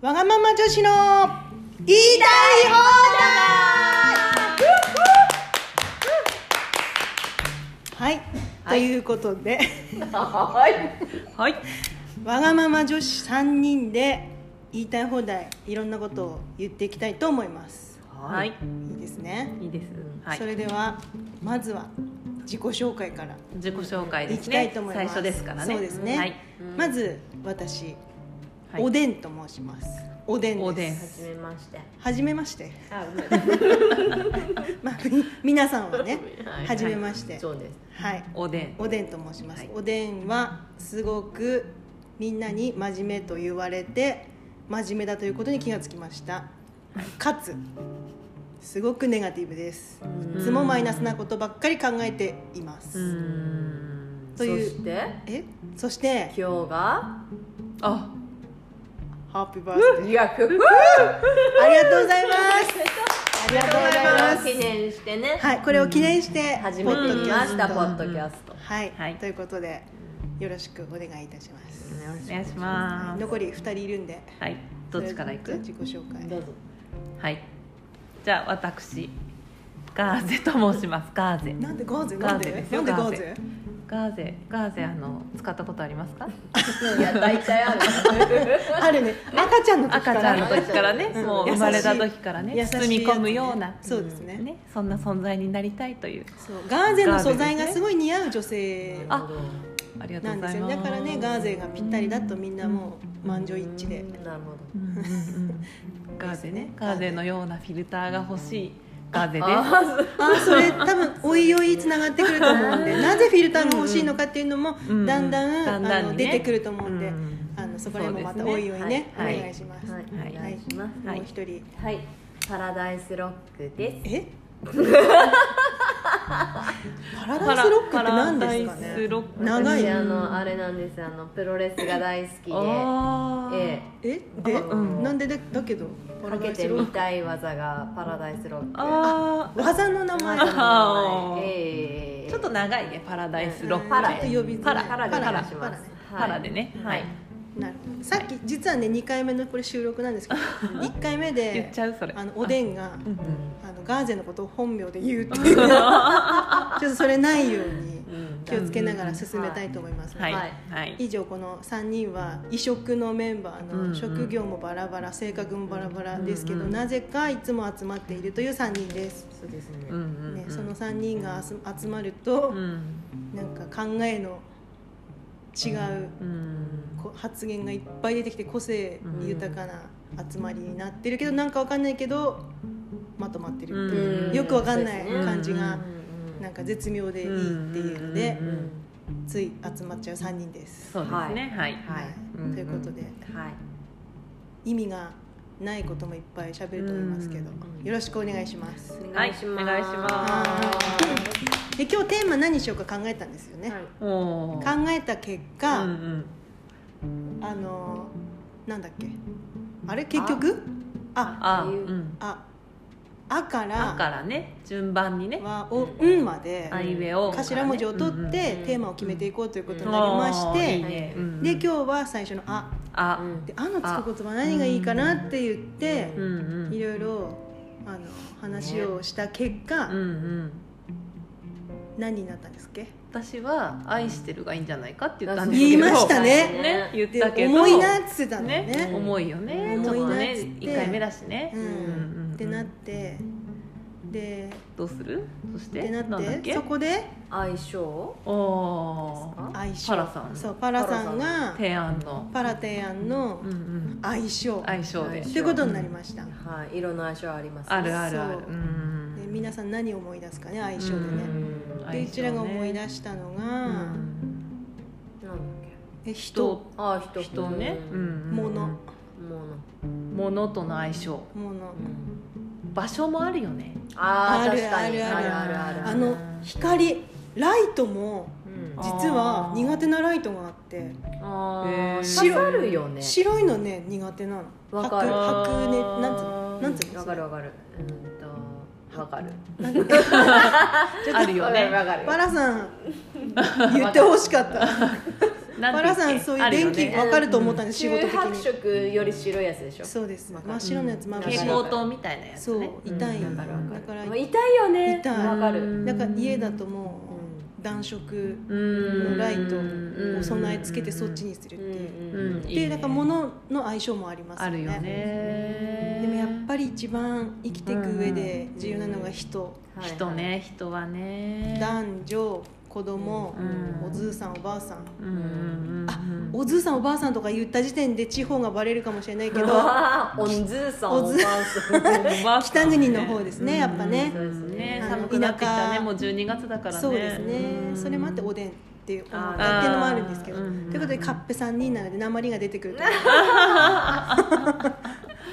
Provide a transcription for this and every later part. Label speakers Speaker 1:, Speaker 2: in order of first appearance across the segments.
Speaker 1: わがまま女子の言いたい放題はい、
Speaker 2: はい
Speaker 1: ということで
Speaker 2: はいはい
Speaker 1: わがまま女子3人で言いたい放題いろんなことを言っていきたいと思います
Speaker 2: はい
Speaker 1: いいですね、
Speaker 2: いいですはい
Speaker 1: それではまずは自己紹介から
Speaker 2: 自己紹介
Speaker 1: い
Speaker 2: です
Speaker 1: きたい
Speaker 2: ね
Speaker 1: と思います
Speaker 2: 最初ですからね
Speaker 1: そうですね、
Speaker 2: はい
Speaker 1: まず私、
Speaker 2: はい
Speaker 1: おでんと申しますおでんです
Speaker 2: おでん
Speaker 3: はじめまして。
Speaker 1: はじめまして、
Speaker 3: あ、ごめんなさい。
Speaker 1: まあ、み皆さんはね
Speaker 3: はい
Speaker 1: はじめまして
Speaker 3: そうです。
Speaker 1: はい
Speaker 2: おでん
Speaker 1: おでんと申します、
Speaker 2: はい
Speaker 1: おでんはすごくみんなに真面目と言われて真面目だということに気がつきましたかつすごくネガティブです
Speaker 3: うん
Speaker 1: いつもマイナスなことばっかり考えています、
Speaker 2: うーん
Speaker 1: という
Speaker 3: そして
Speaker 1: えそして
Speaker 3: 今日が
Speaker 2: あ
Speaker 1: ハッピーバースデーあ
Speaker 3: 200
Speaker 1: りがとうござい ますありがとうございます
Speaker 3: 記念してね。
Speaker 1: はいこれを記念して
Speaker 3: 始めてみました
Speaker 1: ポ
Speaker 3: ポ
Speaker 1: ッ
Speaker 3: ッ
Speaker 1: ドキャスト
Speaker 3: ドキャスト。
Speaker 1: はい、
Speaker 2: はい
Speaker 1: ということでよろしくお願いいたします
Speaker 2: お願いしま
Speaker 1: 残り2人いるんで
Speaker 2: すはいどっちからい
Speaker 1: それ
Speaker 2: く
Speaker 1: 自己紹介
Speaker 3: どうぞ。
Speaker 2: はいじゃあ私ガーゼと申しますガーゼ
Speaker 1: なんでガーゼなんで
Speaker 2: ガーゼです
Speaker 1: な
Speaker 2: よ
Speaker 1: んでガーゼ
Speaker 2: ガーゼガーゼあの使ったことありますか
Speaker 3: いや大体ある。
Speaker 1: あるね赤ちゃんの時か
Speaker 2: 赤
Speaker 1: ら
Speaker 2: ちゃんの時からね
Speaker 3: うん
Speaker 2: もう
Speaker 1: 優し
Speaker 2: 生
Speaker 1: い
Speaker 2: まれた時からね
Speaker 1: 優しいやつ
Speaker 2: 包み込むような
Speaker 1: そうですね,、
Speaker 2: ねそんな存在になりたいという
Speaker 1: そうガーゼの素材がすごい似合う女性
Speaker 2: あありがと
Speaker 1: な
Speaker 2: うんご
Speaker 1: です
Speaker 2: ざい
Speaker 1: よ
Speaker 2: ます
Speaker 1: だからねガーゼがぴったりだとみんなもう満場一致で
Speaker 3: なるほど。
Speaker 2: うんうんうんガーゼねガーゼのようなフィルターが欲しいガーゼです
Speaker 3: あー
Speaker 1: あそれ多分おいおいつながってくると思うんでなぜフィルターが欲しいのかっていうのも
Speaker 2: うん
Speaker 1: だんだん,、
Speaker 2: だんだん
Speaker 1: あの
Speaker 2: に
Speaker 1: 出
Speaker 2: ね
Speaker 1: てくると思うんで、
Speaker 2: うん
Speaker 1: あのそこら辺もまた
Speaker 2: そう
Speaker 1: お
Speaker 2: です
Speaker 1: い
Speaker 2: ね
Speaker 1: おいね
Speaker 3: はい
Speaker 1: お願いします、
Speaker 3: はい。
Speaker 2: はい
Speaker 3: お願いします。
Speaker 2: はい
Speaker 1: もう一人
Speaker 3: はい。パラダイスロックです。
Speaker 1: えパラダイスロックって何ですか
Speaker 2: パラダイス
Speaker 1: ね
Speaker 2: ロック
Speaker 1: 長い
Speaker 3: 私あのあれなんですあのプロレスが大好きで、
Speaker 2: あー
Speaker 3: え
Speaker 1: えで、
Speaker 2: うん
Speaker 1: なんでだだけど
Speaker 3: え、
Speaker 1: パ
Speaker 3: か
Speaker 1: ラダ
Speaker 3: け
Speaker 1: イス
Speaker 3: て
Speaker 1: ロッ
Speaker 3: み
Speaker 1: ク
Speaker 3: たい技がパラダイスロック。
Speaker 2: あー
Speaker 1: 技の名前
Speaker 2: あ あ
Speaker 3: はいええええええ
Speaker 2: ちょっと長いねパラダイスロック
Speaker 3: パラ
Speaker 1: ちょっと呼びづ
Speaker 2: パ
Speaker 1: ら
Speaker 2: ラ
Speaker 1: い
Speaker 2: パラパ
Speaker 3: で
Speaker 2: ラ
Speaker 3: お願いします
Speaker 2: パラでね
Speaker 3: は
Speaker 2: はいい
Speaker 1: なるほどさっき実はね2回目のこれ収録なんです けど1回目
Speaker 2: 言っ
Speaker 1: で
Speaker 2: ちゃうそれ
Speaker 1: あのおでんが
Speaker 2: うんうん
Speaker 1: あのガーゼのことを本名で言うっていう ちょっとそれないように
Speaker 3: うん
Speaker 1: 気をつけながら進めたいと思います、
Speaker 2: はい
Speaker 3: は
Speaker 2: はいい、
Speaker 1: 以上この3人は異色のメンバー
Speaker 2: うんう
Speaker 1: の
Speaker 2: ん
Speaker 1: 職業もバラバラ性格もバラバラですけど、
Speaker 2: うんうん
Speaker 1: なぜかいつも集まっているという3人です、
Speaker 3: そうですね。
Speaker 2: うんうん
Speaker 1: ね
Speaker 2: う、ん
Speaker 1: その3人が集集まると
Speaker 2: う、ん
Speaker 1: なんか考えの違う
Speaker 2: うん
Speaker 1: こ発言がいっぱい出てきて個性豊かな集まりになってるけどなんかわかんないけどまとまってるっていう、
Speaker 2: うん
Speaker 1: よくわかんない
Speaker 3: そうですね
Speaker 1: 感じが
Speaker 3: うんうん
Speaker 1: なんか絶妙でいいっていうので
Speaker 2: うんうん
Speaker 1: つい集まっちゃう3人です。
Speaker 2: そうですねはい
Speaker 3: はい
Speaker 2: うん
Speaker 1: ということで
Speaker 3: はい。
Speaker 1: 意味がないこともいっぱい喋ると思いますけど
Speaker 3: うん
Speaker 1: よろしくお願いします。
Speaker 3: お
Speaker 2: は
Speaker 3: 願
Speaker 2: い
Speaker 3: いします。
Speaker 2: お願いし
Speaker 1: ますで今日テーマ何にしようか考えたんですよね。
Speaker 3: はい
Speaker 2: お
Speaker 1: 考
Speaker 2: ー
Speaker 1: えた結
Speaker 2: う
Speaker 1: 果、
Speaker 2: んうん
Speaker 1: あのなんだっけあれ結局あ
Speaker 2: あ
Speaker 3: って
Speaker 2: う
Speaker 3: いうん
Speaker 1: ああから
Speaker 2: だからね順番にね
Speaker 1: はをうんまで
Speaker 2: アイウェオ
Speaker 1: 頭文字を取って
Speaker 3: うん
Speaker 1: テーマを決めていこうということになりまして、
Speaker 2: うんあーいいねうん
Speaker 1: で今日は最初の「あ
Speaker 2: あ」
Speaker 1: で「あ」のつく言葉何がいいかなって言って
Speaker 2: うんうん
Speaker 1: いろいろあの話をした結果、
Speaker 2: うんうん
Speaker 1: 何になったんですっけ
Speaker 2: 私は愛してるがいいんじゃないかって言ったんです
Speaker 1: 言
Speaker 2: け
Speaker 1: い
Speaker 2: ど
Speaker 1: ましたね
Speaker 2: ね言っ
Speaker 1: で
Speaker 2: たけど
Speaker 1: 重いなっつってたんだよね
Speaker 2: ね重いよねちょっとね
Speaker 1: 重いなっつって
Speaker 2: 一回目だしね
Speaker 1: うん
Speaker 2: うんうん
Speaker 1: ってなってで
Speaker 2: どうするそし
Speaker 1: って
Speaker 2: て
Speaker 1: な
Speaker 2: だ
Speaker 1: っ
Speaker 2: ってけ
Speaker 1: そこで
Speaker 3: 相性
Speaker 2: おー
Speaker 1: 相性
Speaker 2: パラさん
Speaker 1: そうパラさんが
Speaker 2: 提案の
Speaker 1: パラ提案の
Speaker 2: うんうん
Speaker 1: 相性
Speaker 2: 相性で
Speaker 1: ということになりました、
Speaker 3: はい、色の相性ありますね。
Speaker 2: あるあるある
Speaker 1: そう
Speaker 2: う
Speaker 1: で
Speaker 2: ん
Speaker 1: 皆さん何を思い出すかね相性でね、
Speaker 3: うん
Speaker 2: うん
Speaker 1: でうちらが思い
Speaker 2: 相性ね
Speaker 1: 出したのが、
Speaker 2: うん
Speaker 3: なんだっ
Speaker 1: え人
Speaker 2: 人
Speaker 3: け。あー、人。
Speaker 2: 人ねうん
Speaker 1: 物
Speaker 3: もの。
Speaker 2: 物との相性
Speaker 1: もの
Speaker 3: うん
Speaker 2: 場所もあるよね
Speaker 3: ああ、
Speaker 1: ある
Speaker 3: 確かに。
Speaker 1: あ
Speaker 3: あ
Speaker 1: る
Speaker 3: るあるある。
Speaker 1: あの光ライトも
Speaker 3: うん
Speaker 2: あ
Speaker 1: 実は苦手なライトがあって
Speaker 3: あ
Speaker 2: え
Speaker 3: ー、
Speaker 2: ー
Speaker 3: 刺さるよね。
Speaker 1: 白いのね苦手なの
Speaker 3: わかる
Speaker 1: 白ねなんつうのなんつうの
Speaker 3: わかるわかる。うんと、わかる。
Speaker 2: あるよね
Speaker 3: わかる。
Speaker 1: バ
Speaker 3: わかる
Speaker 1: ラさん言ってほしかった
Speaker 2: なん
Speaker 1: パ
Speaker 2: て言
Speaker 1: ラ
Speaker 2: っけ
Speaker 1: さんそうい
Speaker 2: あ
Speaker 1: う
Speaker 2: るよ
Speaker 1: 電
Speaker 2: ね
Speaker 1: 気わかると思ったんです、
Speaker 3: 中
Speaker 1: 仕事
Speaker 3: 白
Speaker 1: 的に
Speaker 3: 色より白いやつでしょ
Speaker 1: そうです
Speaker 3: わかる
Speaker 1: 真っ白のやつまぶしい
Speaker 2: 蛍光灯みたいなやつ
Speaker 1: そう
Speaker 2: ね
Speaker 1: 痛い
Speaker 3: わかるわか
Speaker 1: だ
Speaker 3: る
Speaker 1: から
Speaker 3: もう痛いよね
Speaker 1: 痛い
Speaker 3: わかる、
Speaker 2: うん
Speaker 1: だから家だとも
Speaker 3: う
Speaker 1: う暖色
Speaker 2: うん
Speaker 1: ライト
Speaker 2: を
Speaker 1: を備え付けてそっちにするっていう、
Speaker 2: うんいい
Speaker 1: で
Speaker 2: ね
Speaker 1: なんか物の相性もあります
Speaker 2: あ
Speaker 1: よね
Speaker 2: るよね
Speaker 1: でもやっぱり一番生きていく上で重要なのが人、
Speaker 2: 人ね人はね
Speaker 1: 男女子供、
Speaker 2: うん
Speaker 1: おずうさんおばあさん
Speaker 2: うんうんうん
Speaker 1: あおずうさんおばあさんとか言った時点で地方がバレるかもしれないけ
Speaker 3: け
Speaker 1: ど
Speaker 3: どおんずーさん
Speaker 1: おずー
Speaker 3: ばあさん
Speaker 2: おばあさ
Speaker 1: 北
Speaker 2: んね
Speaker 1: 国の方ですねやっぱね
Speaker 3: うん
Speaker 2: そうですね
Speaker 1: あの
Speaker 2: 寒くなってきた
Speaker 1: 田
Speaker 2: ね
Speaker 1: 舎
Speaker 2: もう12月だからね
Speaker 1: そうですね
Speaker 2: うん
Speaker 1: それもあっておでんっていう思
Speaker 3: あー
Speaker 1: ったっていうのもあるんですけど
Speaker 2: う
Speaker 1: と
Speaker 2: んうんうん
Speaker 1: いうことでカッペ3人なので鉛が出てくると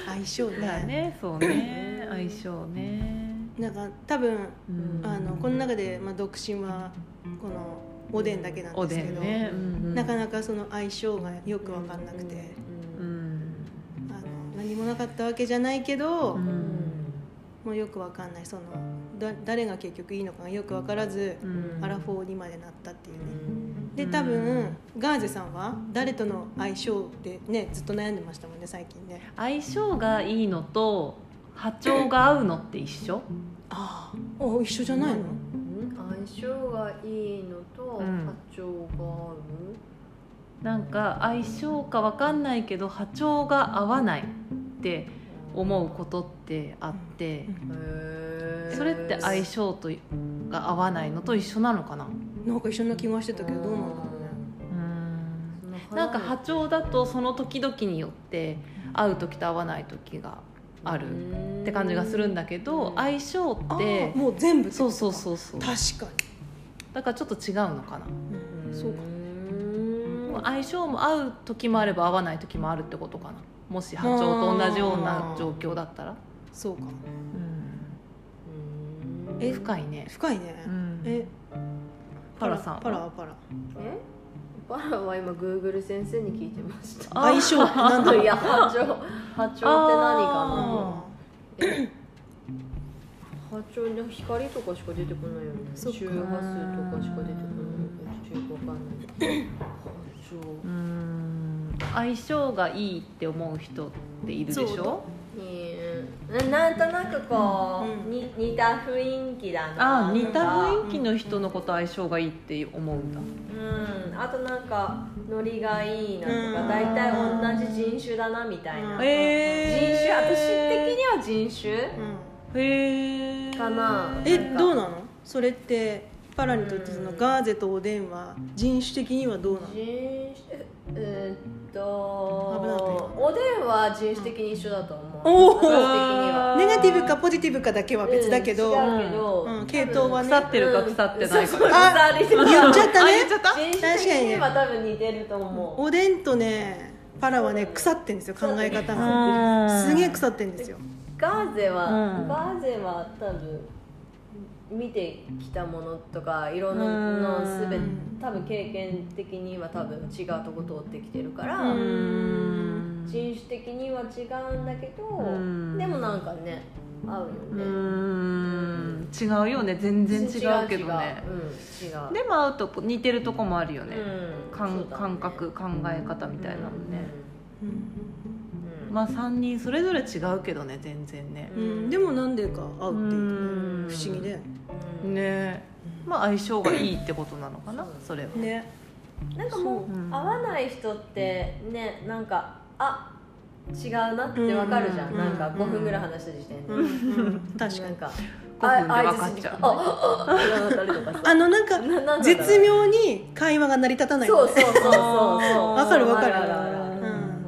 Speaker 1: 相性
Speaker 2: だから
Speaker 1: ね
Speaker 2: ねそうね相性ね
Speaker 1: なんか多分
Speaker 2: うん
Speaker 1: あのこの中で、まあ、独身はこのおでんだけなん
Speaker 2: お
Speaker 1: です
Speaker 2: で
Speaker 1: けど、
Speaker 2: んねうん
Speaker 1: なかなかその相性がよく分かんなくて、
Speaker 2: うん
Speaker 1: あの何もなかったわけじゃないけど、
Speaker 2: う
Speaker 3: うん
Speaker 2: ん
Speaker 1: もうよく分かんないそのだ誰が結局いいのかがよく分からず、
Speaker 2: うん
Speaker 1: アラフォーにまでなったっていうね。
Speaker 2: う
Speaker 1: で
Speaker 2: ん
Speaker 1: 多分ガーゼさんは誰との相性でねずっと悩んでましたもんね最近ね
Speaker 2: 相性がいいのと波長が合うのって一緒
Speaker 1: ああお一緒じゃないの、
Speaker 3: うん相性がいいのと
Speaker 2: うん
Speaker 3: 波長が合う
Speaker 2: なんか相性かわかんないけど波長が合わないって思うことってあって
Speaker 1: うん
Speaker 3: へー
Speaker 2: それって相性とが合わないのと一緒なのかな
Speaker 1: なんか一緒な気がしてたけどどうなんだろうね
Speaker 2: うん
Speaker 3: うん
Speaker 2: なんか波長だとその時々によって合う時と合わない時があるって感じがするんだけど相性っ
Speaker 1: あ
Speaker 2: て
Speaker 1: あもう全部
Speaker 2: そうそうそうそう
Speaker 1: 確か
Speaker 2: だからちょっと違うのかな
Speaker 1: に、
Speaker 3: うん
Speaker 1: そうか
Speaker 3: うん
Speaker 2: 相性も合う時もあれば合わない時もあるってことかなもし波長と同じような状況だったら、
Speaker 1: そうか
Speaker 3: うん
Speaker 2: え深いね、
Speaker 1: 深いね、え
Speaker 2: えパラさんは
Speaker 1: パラはパラ
Speaker 3: えバラは今グーグル先生に聞いてました
Speaker 2: あ
Speaker 1: 相性って なんだろう
Speaker 3: いや波長波長って何か
Speaker 2: あ
Speaker 3: なえ波長で光とかしか出てこないよね周
Speaker 1: そっ
Speaker 3: 波
Speaker 1: か
Speaker 3: 数とかしか出て
Speaker 2: う
Speaker 3: こないよねよくわかんない
Speaker 2: ん相性がいいって思う人っているでし
Speaker 1: そう
Speaker 2: ょ
Speaker 3: 波長ねなんとなくこう、
Speaker 1: うん
Speaker 3: に似た雰囲気だな
Speaker 2: あ似た
Speaker 3: なんか
Speaker 2: 雰囲気の人のこと相性がいいって思うんだ
Speaker 3: うんあとなんかノリがいいなと
Speaker 1: う
Speaker 3: か
Speaker 1: ん
Speaker 3: 大体同じ人種だなみたいな、
Speaker 1: うん
Speaker 3: 人種
Speaker 2: え
Speaker 3: 私的
Speaker 2: に
Speaker 3: には人種
Speaker 1: うん
Speaker 2: へえ
Speaker 3: かな
Speaker 1: え
Speaker 3: なんか
Speaker 1: どうなのそれってパラにとってその
Speaker 3: うん
Speaker 1: ガーゼとおでんは人種的にはどうなの
Speaker 3: 人種えーっと
Speaker 1: 危なかった
Speaker 3: おでんは人種的に一緒だと思う
Speaker 1: おー
Speaker 3: 私的には
Speaker 1: ネガティブかポジティブかだけは別だけど、
Speaker 3: うん違うけど
Speaker 1: うん系統はね
Speaker 2: 腐ってるか腐ってないか、
Speaker 3: うんそうそう
Speaker 1: あ
Speaker 3: 腐りてる
Speaker 1: 言っちゃったね
Speaker 3: 人種的には多分似てると思
Speaker 1: おでんとねパラはね腐ってんですよ考え方がすげえ腐ってんですよ
Speaker 3: うガーゼは、
Speaker 2: うん
Speaker 3: ガーゼは多分見てきたものとかいろん
Speaker 2: うん
Speaker 3: なのすべて多分経験的には多分違うとこ通ってきてるから、
Speaker 1: う
Speaker 2: うんん
Speaker 3: 人種的には違うんだけど、
Speaker 2: うん
Speaker 3: でもなんかね合うよね、
Speaker 2: うーん違うよね全然違うけどね
Speaker 3: 違う違ううん違う
Speaker 2: でも会うとこ似てるとこもあるよね、
Speaker 3: うん
Speaker 2: かん
Speaker 3: そうだね
Speaker 2: 感覚考え方みたいなのね、
Speaker 1: うん
Speaker 3: うん
Speaker 2: まあ3人それぞれ違うけどね全然ね
Speaker 1: うんでもなんでか合うっていう
Speaker 2: うん
Speaker 1: ね不思議で
Speaker 3: うん
Speaker 2: ねまあ相性がいいってことなのかな
Speaker 3: そう
Speaker 2: それは
Speaker 1: ね
Speaker 3: なんかもう
Speaker 2: そううん
Speaker 3: 合わない人ってねなんかあ違うなってわかるじゃん、
Speaker 1: うん
Speaker 3: なんか
Speaker 1: うん
Speaker 3: 5分ぐらい話した時点で、
Speaker 1: うんうん確か
Speaker 3: なん
Speaker 1: に
Speaker 3: か
Speaker 2: 5分で分かっちゃう
Speaker 3: あああああったりとかさ
Speaker 1: あのなん
Speaker 3: ななんだろ
Speaker 1: か
Speaker 3: う
Speaker 1: 絶妙に会話が成り立たないよ
Speaker 3: そう
Speaker 1: ね
Speaker 3: そうそうそう
Speaker 2: わ
Speaker 1: かるわかる
Speaker 3: ああああ
Speaker 1: う
Speaker 3: うんん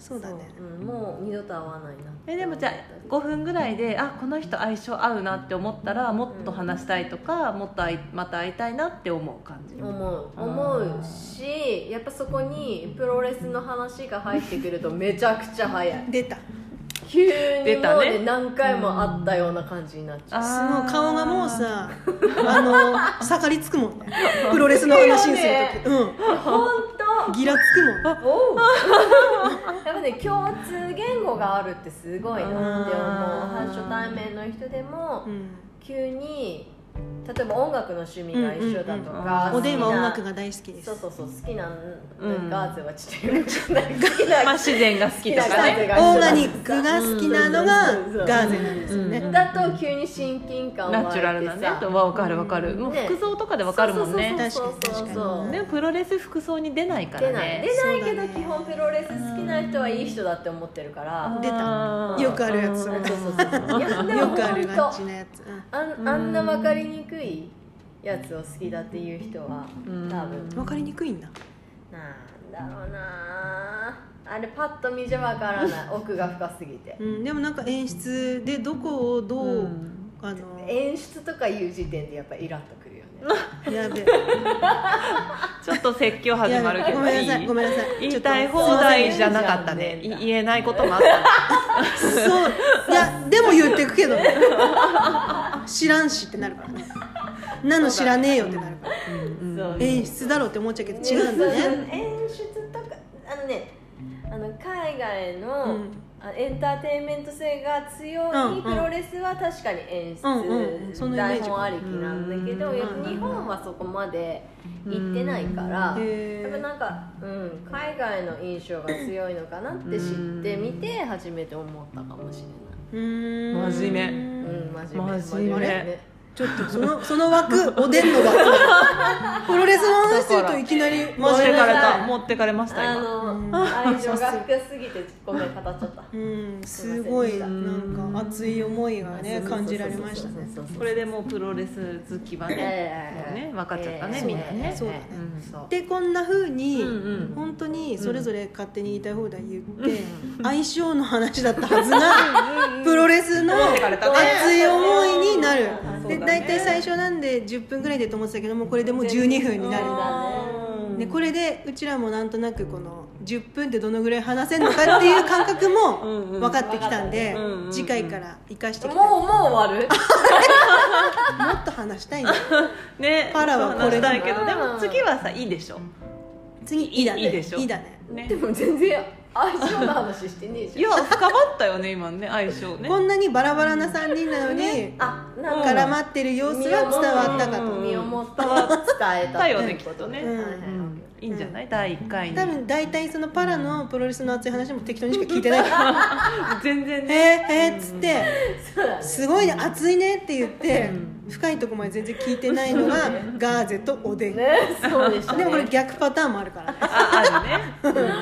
Speaker 1: そうだね
Speaker 3: うんもう二度と会わないな
Speaker 2: えでもじゃあ5分ぐらいであこの人相性合うなって思ったらもっと話したいとかもっと会いまた会いたいなって思う感じ
Speaker 3: 思う
Speaker 2: あー
Speaker 3: 思うしやっぱそこにプロレスの話が入ってくるとめちゃくちゃ早い
Speaker 1: 出た
Speaker 3: 急に
Speaker 2: 出
Speaker 3: も
Speaker 2: た
Speaker 3: う
Speaker 2: ね
Speaker 3: ね何回も会ったような感じになっちゃう
Speaker 1: そ
Speaker 2: あ
Speaker 1: の
Speaker 2: ー
Speaker 1: 顔がもうさあの盛りつくも んねプロレスの話にする時うん
Speaker 3: 本当
Speaker 1: ギラつくもんね
Speaker 3: おう やっぱね共通言語があるってすごいなって思う
Speaker 2: あー
Speaker 3: 初対面の人でも
Speaker 1: うん
Speaker 3: 急に例えば音楽の趣味が一緒だと
Speaker 2: うんうんうん
Speaker 3: か、
Speaker 1: おでんは
Speaker 3: 好き
Speaker 1: 音
Speaker 3: な
Speaker 1: 楽が大好きです
Speaker 3: そうそうそう好き
Speaker 2: う
Speaker 3: な、
Speaker 2: ん
Speaker 3: ガーゼはちょっとよくじゃない好きな、
Speaker 2: まあ、自然が好きと
Speaker 3: 好き
Speaker 2: か
Speaker 3: な感じ
Speaker 2: ね
Speaker 3: が
Speaker 1: オーガニックが好きなの
Speaker 3: うん
Speaker 1: がガーゼなんですよね、
Speaker 2: うん
Speaker 3: だと急に親近感湧い
Speaker 2: ナ
Speaker 3: てさ
Speaker 2: チュラルなねわかるわかる、もう
Speaker 3: ね
Speaker 2: 服装とかでわかるもんね
Speaker 3: そうそうそうそう
Speaker 1: 確かに確かに
Speaker 2: でもプロレス服装に出ないから
Speaker 3: 出ない
Speaker 2: ね
Speaker 3: 出ないけ
Speaker 1: そうだ
Speaker 3: ど
Speaker 1: ね
Speaker 3: 基本プロレス好きな人はいい人だって思ってるから
Speaker 1: 出たよくあるやつ
Speaker 2: そ
Speaker 1: そ
Speaker 2: れ
Speaker 1: れ
Speaker 3: そうそうそういやでも
Speaker 1: よ
Speaker 3: 本
Speaker 1: くある
Speaker 3: 当
Speaker 1: がちなやつ、うん
Speaker 3: あんあんな分かりにくいやつを好きだっていう人は多
Speaker 2: うん
Speaker 3: 分なん
Speaker 1: わかりにくいんだ
Speaker 3: だろうなあれパッと見じゃ分か らない奥が深すぎて
Speaker 1: うん、でもなんか演出でどこをどう、あの
Speaker 3: 演出とかいう時点でやっぱイラっとくるよね
Speaker 1: やべ
Speaker 2: ちょっと説教始まる
Speaker 1: や
Speaker 2: け
Speaker 1: べ
Speaker 2: ど
Speaker 1: ごめんなさいごめんなさい
Speaker 2: 言
Speaker 1: ちょ
Speaker 2: い
Speaker 1: っと
Speaker 2: たい放題じゃなかったねい言えないこともあ った
Speaker 1: そういやでも言ってくけどね知らんしってなるからねなの知らねえよってなるから
Speaker 2: ね、うん
Speaker 3: そう
Speaker 1: 演出だろうって思っちゃうけど違うんだ
Speaker 3: そうそう
Speaker 1: ね
Speaker 3: 演出とかあのねあの海外
Speaker 1: う
Speaker 3: の、
Speaker 1: ん
Speaker 3: あエンターテインメント性が強
Speaker 1: うんう
Speaker 3: い
Speaker 1: ん
Speaker 3: プロレスは確かに演出、
Speaker 1: うんうんうんそのイメージ
Speaker 3: 台本ありきなんだけど、
Speaker 2: うん
Speaker 3: やっぱ日本はそこまで行ってないから、
Speaker 1: へ
Speaker 3: やっぱ
Speaker 1: ー
Speaker 3: なんか、うん、海外の印象が強いのかなって知ってみて初めて思ったかもし
Speaker 1: うーん
Speaker 2: 真面
Speaker 3: れない、うん、真面目
Speaker 2: 真面目
Speaker 1: ちょっとそのその枠おでんの枠プロレスの話するといきなり
Speaker 2: 持っ
Speaker 1: 真
Speaker 2: て
Speaker 1: 面目
Speaker 2: かれ
Speaker 1: な
Speaker 2: た持ってかれました
Speaker 3: あ
Speaker 2: 今
Speaker 1: う
Speaker 3: の、
Speaker 1: ん
Speaker 3: 愛情が深すぎてごめん語っちゃった
Speaker 1: うんすごいなんか熱い思いがね感じられましたね
Speaker 3: そうそうそうそう
Speaker 2: これでもうプロレス好きはね、もうね分かっちゃったねみんなね
Speaker 1: そうだ
Speaker 2: う
Speaker 1: ね
Speaker 2: ん
Speaker 3: そう
Speaker 1: でこんな風に、
Speaker 2: うんうん
Speaker 1: 本当にそれぞれ勝手に言いたい放題言って、相性の話だったはずがプロレスの
Speaker 2: そうだね
Speaker 1: 熱い思いになる
Speaker 2: そうだね
Speaker 1: で大体最初なんで10分ぐらいでと思ってたけどもこれでもう12分にな
Speaker 3: そう
Speaker 1: る
Speaker 3: だね
Speaker 1: でこれでうちらもなんとなくこの10分ってどのぐらい話せるのかっていう感覚
Speaker 2: うんう
Speaker 1: も
Speaker 2: ん
Speaker 1: 分かってきたんで
Speaker 2: うんうんうん
Speaker 1: 次回から生かして
Speaker 3: も
Speaker 1: き
Speaker 3: う
Speaker 1: たいも
Speaker 3: もう終わる
Speaker 1: っと話したいね
Speaker 2: ね
Speaker 1: パラはこれ
Speaker 2: そう話したいけど
Speaker 3: うん
Speaker 2: でも次はさいいでしょ
Speaker 1: 次いいだね
Speaker 2: いいでしょ
Speaker 1: いいだね
Speaker 2: ね
Speaker 3: でも全然愛情の話してねえ
Speaker 2: い
Speaker 3: じゃん
Speaker 2: や深まったよね今ね相性ね
Speaker 1: こんなにバラバラな3人なのに、
Speaker 3: あなんか
Speaker 1: 絡まってる様子が伝わったかと、
Speaker 2: うん
Speaker 3: 身をもったは伝えた
Speaker 2: だよねきっとね
Speaker 3: はいはいは
Speaker 1: う
Speaker 3: い
Speaker 2: うんいいんじゃない第1回に
Speaker 1: 多分大体そのパラのプロレスの熱い話も適当にしか聞いてないから
Speaker 2: 全然
Speaker 1: へ
Speaker 2: ね
Speaker 1: えへえっつって
Speaker 3: そうだね
Speaker 1: すごいね熱いねって言って深いとこまで全然聞いてないの がガーゼとおでんで
Speaker 3: ねそうでしたね
Speaker 1: もこれ逆パターンもあるからね
Speaker 2: ああるね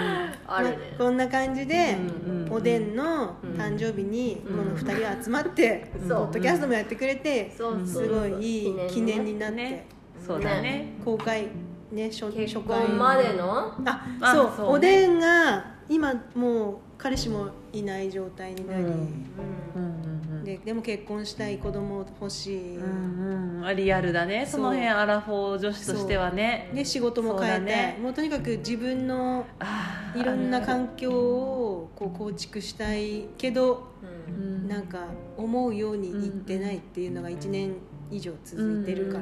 Speaker 3: あるね
Speaker 1: まあこんな感じで
Speaker 2: うんうん
Speaker 1: おでんの誕生日にこの2人が集まってポ
Speaker 3: うん
Speaker 1: ッドキャストもやってくれて
Speaker 3: そうそう
Speaker 1: すごいいい記念
Speaker 3: ね
Speaker 1: になって
Speaker 2: ねそうだね
Speaker 1: 公開ね初
Speaker 3: 結
Speaker 1: 初回
Speaker 3: 婚までの
Speaker 1: あ
Speaker 2: あ
Speaker 1: そう
Speaker 2: そうね
Speaker 1: おでんが今もう彼氏もいない状態になり、
Speaker 2: うんうんうん
Speaker 1: ででも結婚したい子供欲しい、
Speaker 2: うんうんリアルだねその辺
Speaker 1: そう
Speaker 2: アラフォー女子としてはね
Speaker 1: で仕事も変え
Speaker 2: そうだ
Speaker 1: て、
Speaker 2: ね
Speaker 1: もうとにかく自分の
Speaker 2: あー
Speaker 1: いろんな環境をこう構築したいけど
Speaker 2: う
Speaker 3: うん
Speaker 1: なんか思うようにいってないっていうのが1年以上続いてるから、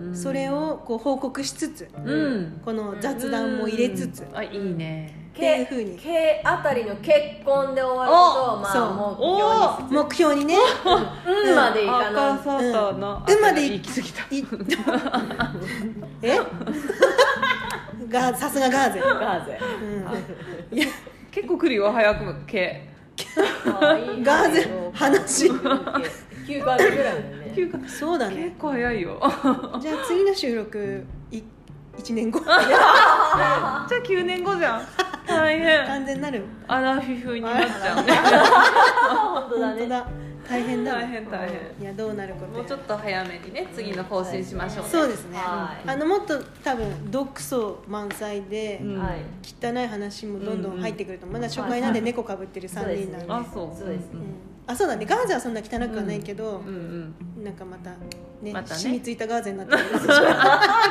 Speaker 2: うん
Speaker 1: それをこう報告しつつ
Speaker 2: うん
Speaker 1: この雑談も入れつつ、
Speaker 2: うんあいいね
Speaker 1: っていうふうに
Speaker 3: K あたりの結婚で終わると
Speaker 2: お
Speaker 3: ま
Speaker 1: そう
Speaker 3: あもう
Speaker 1: 目標にね
Speaker 3: 目標にうんまでいか
Speaker 2: 赤
Speaker 3: な
Speaker 2: サーターの
Speaker 1: うんまでい
Speaker 2: 行き過ぎた
Speaker 1: い え がさすがガーゼ、
Speaker 3: いガーゼ
Speaker 1: うん、いや
Speaker 2: 結構来るよ早く系
Speaker 1: ガーゼ話
Speaker 3: 9ガーゼぐらいだよね
Speaker 2: っていうか
Speaker 1: そうだ
Speaker 2: 結
Speaker 1: ね
Speaker 2: 構早 いよ
Speaker 1: じゃあ次の収録い1年後
Speaker 2: じゃあ9年後じゃん大変
Speaker 1: 完全なる
Speaker 2: アラフィフになっちゃう ね
Speaker 3: 本当だ
Speaker 1: 本当
Speaker 3: ね
Speaker 1: だ大変だ
Speaker 2: 大変大変
Speaker 1: いやどうなることや
Speaker 2: もうちょっと早めにね次の更新しましょうね
Speaker 1: そうですね
Speaker 3: はい
Speaker 1: あのもっと多分毒素満載で、
Speaker 2: うん
Speaker 3: はい
Speaker 1: 汚い話もどんどん入ってくると思うまだ初回なんで猫かぶってる3人なんで、
Speaker 2: あそう
Speaker 3: そうです
Speaker 1: う
Speaker 3: ね
Speaker 1: んあそうだねガーゼはそんな汚くはないけど
Speaker 2: う、んうん
Speaker 1: なんかまたね
Speaker 2: またね
Speaker 1: 染みついたガーゼになって る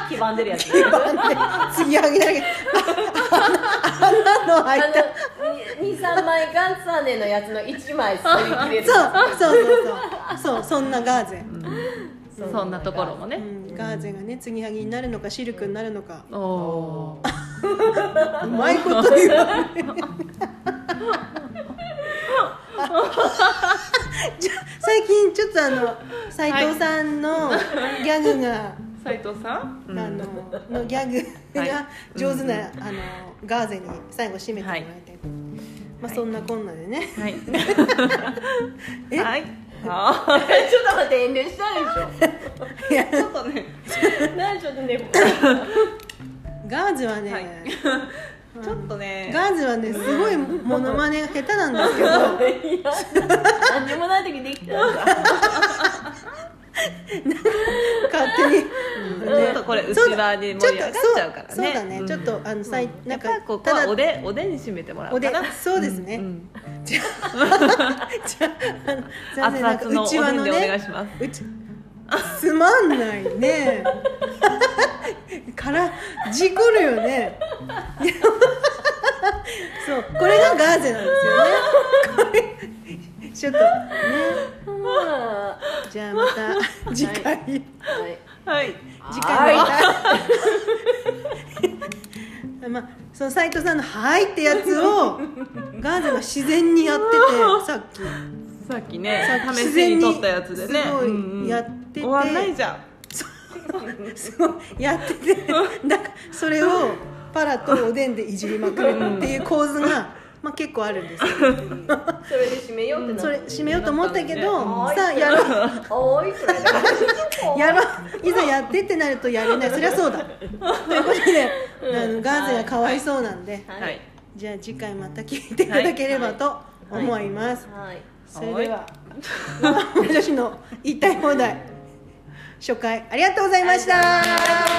Speaker 3: 黄ばんでるやつ
Speaker 1: つぎ上げられあんなの入った
Speaker 3: あの23枚ガンツァネのやつの1枚すり切れる
Speaker 1: そうそうそうそうそうそんなガーゼ、
Speaker 3: そう
Speaker 2: そんなところも
Speaker 1: う
Speaker 2: ね
Speaker 1: ん、ガーゼがね継ぎはぎになるのかシルクになるのか
Speaker 2: おおー
Speaker 1: うまいこと言うわねじゃ最近ちょっとあの斉藤さんのギャグが、
Speaker 2: 斉藤さん、うん
Speaker 1: あののギャグ
Speaker 2: はい
Speaker 1: が上手な、
Speaker 2: うん
Speaker 1: あのガーゼに最後締めてもらいたい、まあ
Speaker 2: はい
Speaker 1: そんなこんなでね、
Speaker 2: はい
Speaker 1: え
Speaker 2: はいあ
Speaker 3: ちょっと待って遠慮したでし
Speaker 1: いや
Speaker 2: ーちょっとね
Speaker 3: ょ何ちょっとね
Speaker 1: ガーゼはね、
Speaker 2: はいちょっとね
Speaker 1: ガーゼはねすごいモノマネが下手なんですけど
Speaker 3: 何にもない時でき たんだ
Speaker 1: 勝手に、
Speaker 2: ちょっとこれ
Speaker 1: そう
Speaker 2: 内
Speaker 1: だ
Speaker 2: 側に盛り上がっちゃうからね
Speaker 1: そうそうだね、
Speaker 2: ん
Speaker 1: ちょっとあのさいな
Speaker 2: やっ
Speaker 1: ん
Speaker 2: ぱ
Speaker 1: か
Speaker 2: りここはお
Speaker 1: で
Speaker 2: でおでに締めてもらお
Speaker 1: お
Speaker 2: う
Speaker 1: で
Speaker 2: かな
Speaker 1: そうですね、
Speaker 2: うん
Speaker 1: じゃああの残念
Speaker 2: 熱
Speaker 1: な
Speaker 2: 々
Speaker 1: が
Speaker 2: のお
Speaker 1: う
Speaker 2: で
Speaker 1: ちわ
Speaker 2: ん
Speaker 1: の
Speaker 2: でお願い
Speaker 1: ね
Speaker 2: します
Speaker 1: うちつまんないねから事故るよねでもそうこれがガーゼなんですよねこれちょっとね
Speaker 3: は
Speaker 1: じゃあま た次回、
Speaker 3: い
Speaker 2: はい
Speaker 1: 次回
Speaker 3: は
Speaker 1: ま
Speaker 3: い
Speaker 1: た まあその斉藤さんの「はい」ってやつ をガーゼが自然にやっててさっき
Speaker 2: さっきね
Speaker 1: さっき
Speaker 2: 試しに撮ったやつでね
Speaker 1: すごい
Speaker 2: うんうん
Speaker 1: やってて
Speaker 2: 終わんないじゃん
Speaker 1: すごいやって てだからそれをパラとおでんでいじりまくるっていう構図が、まあ、結構あるんですけ ど
Speaker 3: それで締めようってな
Speaker 1: それ締めようと思ったけど
Speaker 3: は
Speaker 1: さ
Speaker 3: い
Speaker 1: あやろう
Speaker 3: おーいそれ
Speaker 1: やろういざやってってなるとや れないそりゃそうだということで、あのガーゼがかわいそうなんで、
Speaker 2: はい
Speaker 1: じゃあ次回また聞いていただければと思います、
Speaker 3: はい
Speaker 1: それでは 「女子の言いたい放題」初回ありがとうございました、
Speaker 3: ありがとうございました